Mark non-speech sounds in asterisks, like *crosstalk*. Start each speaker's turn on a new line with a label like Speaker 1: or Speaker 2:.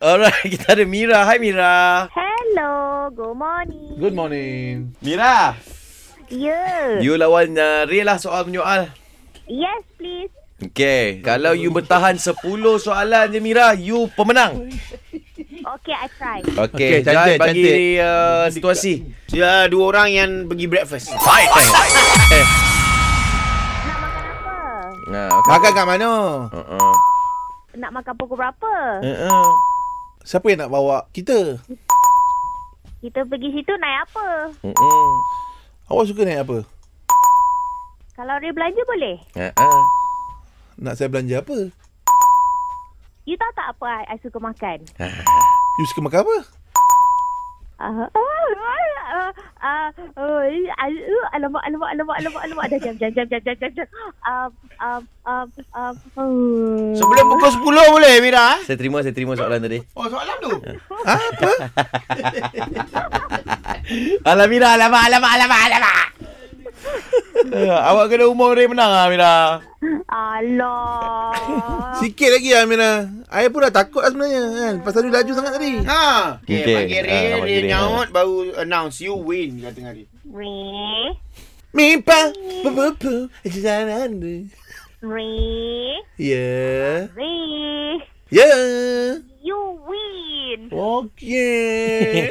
Speaker 1: Alright, *laughs* kita ada Mira. Hai Mira.
Speaker 2: Hello, good morning. Ya.
Speaker 3: Good morning.
Speaker 1: Mira.
Speaker 2: Yeah.
Speaker 1: You lawan uh, Ray lah soal menyoal.
Speaker 2: Yes, please.
Speaker 1: Okay. Kalau you bertahan 10 soalan je Mira, you pemenang.
Speaker 2: Okay, I try.
Speaker 1: Okay, okay
Speaker 3: Okey,
Speaker 1: Jad
Speaker 3: cantik,
Speaker 1: bagi
Speaker 3: cantik.
Speaker 1: Uh, situasi.
Speaker 4: Dia dua orang yang pergi breakfast.
Speaker 1: Fight. eh.
Speaker 2: Nak makan apa?
Speaker 1: Nah,
Speaker 3: Makan kat mana?
Speaker 1: Uh-uh.
Speaker 2: Nak makan pukul berapa?
Speaker 1: Uh-uh.
Speaker 3: Siapa yang nak bawa kita?
Speaker 2: Kita pergi situ naik apa?
Speaker 1: Uh-uh.
Speaker 3: Awak suka naik apa?
Speaker 2: Kalau Ray belanja boleh?
Speaker 1: Uh-uh.
Speaker 3: Nak saya belanja apa?
Speaker 2: You tahu tak apa I, I suka makan?
Speaker 3: You suka makan apa?
Speaker 2: Uh, uh, uh, uh, uh, alamak, alamak, alamak, alamak, alamak. Dah jam, jam, jam, jam, jam, jam, jam. Um, um, um, um, um.
Speaker 4: Sebelum pukul 10 boleh Mira eh?
Speaker 1: Saya terima, saya terima soalan tadi.
Speaker 4: Oh soalan tu.
Speaker 1: *laughs* Alah Mira, alamak, alamak, alamak, alamak. Eh, *laughs* awak kena umur Ray menang lah Mira.
Speaker 2: Alah. Ah.
Speaker 3: Sikit lagi Amira. Saya pun dah takut lah sebenarnya kan. Pasal you laju sangat tadi.
Speaker 4: Ha.
Speaker 1: Okey.
Speaker 4: Okay, okay. panggil Ray,
Speaker 1: Ah,
Speaker 4: Ray
Speaker 1: panggil Ray.
Speaker 4: nyaut baru announce you win kat tengah hari.
Speaker 2: Ray,
Speaker 3: Mimpa. Pu pu pu. Jalan.
Speaker 2: Ray,
Speaker 3: Yeah.
Speaker 2: Ray.
Speaker 3: Ya. Yeah.
Speaker 2: You win.
Speaker 3: Okay.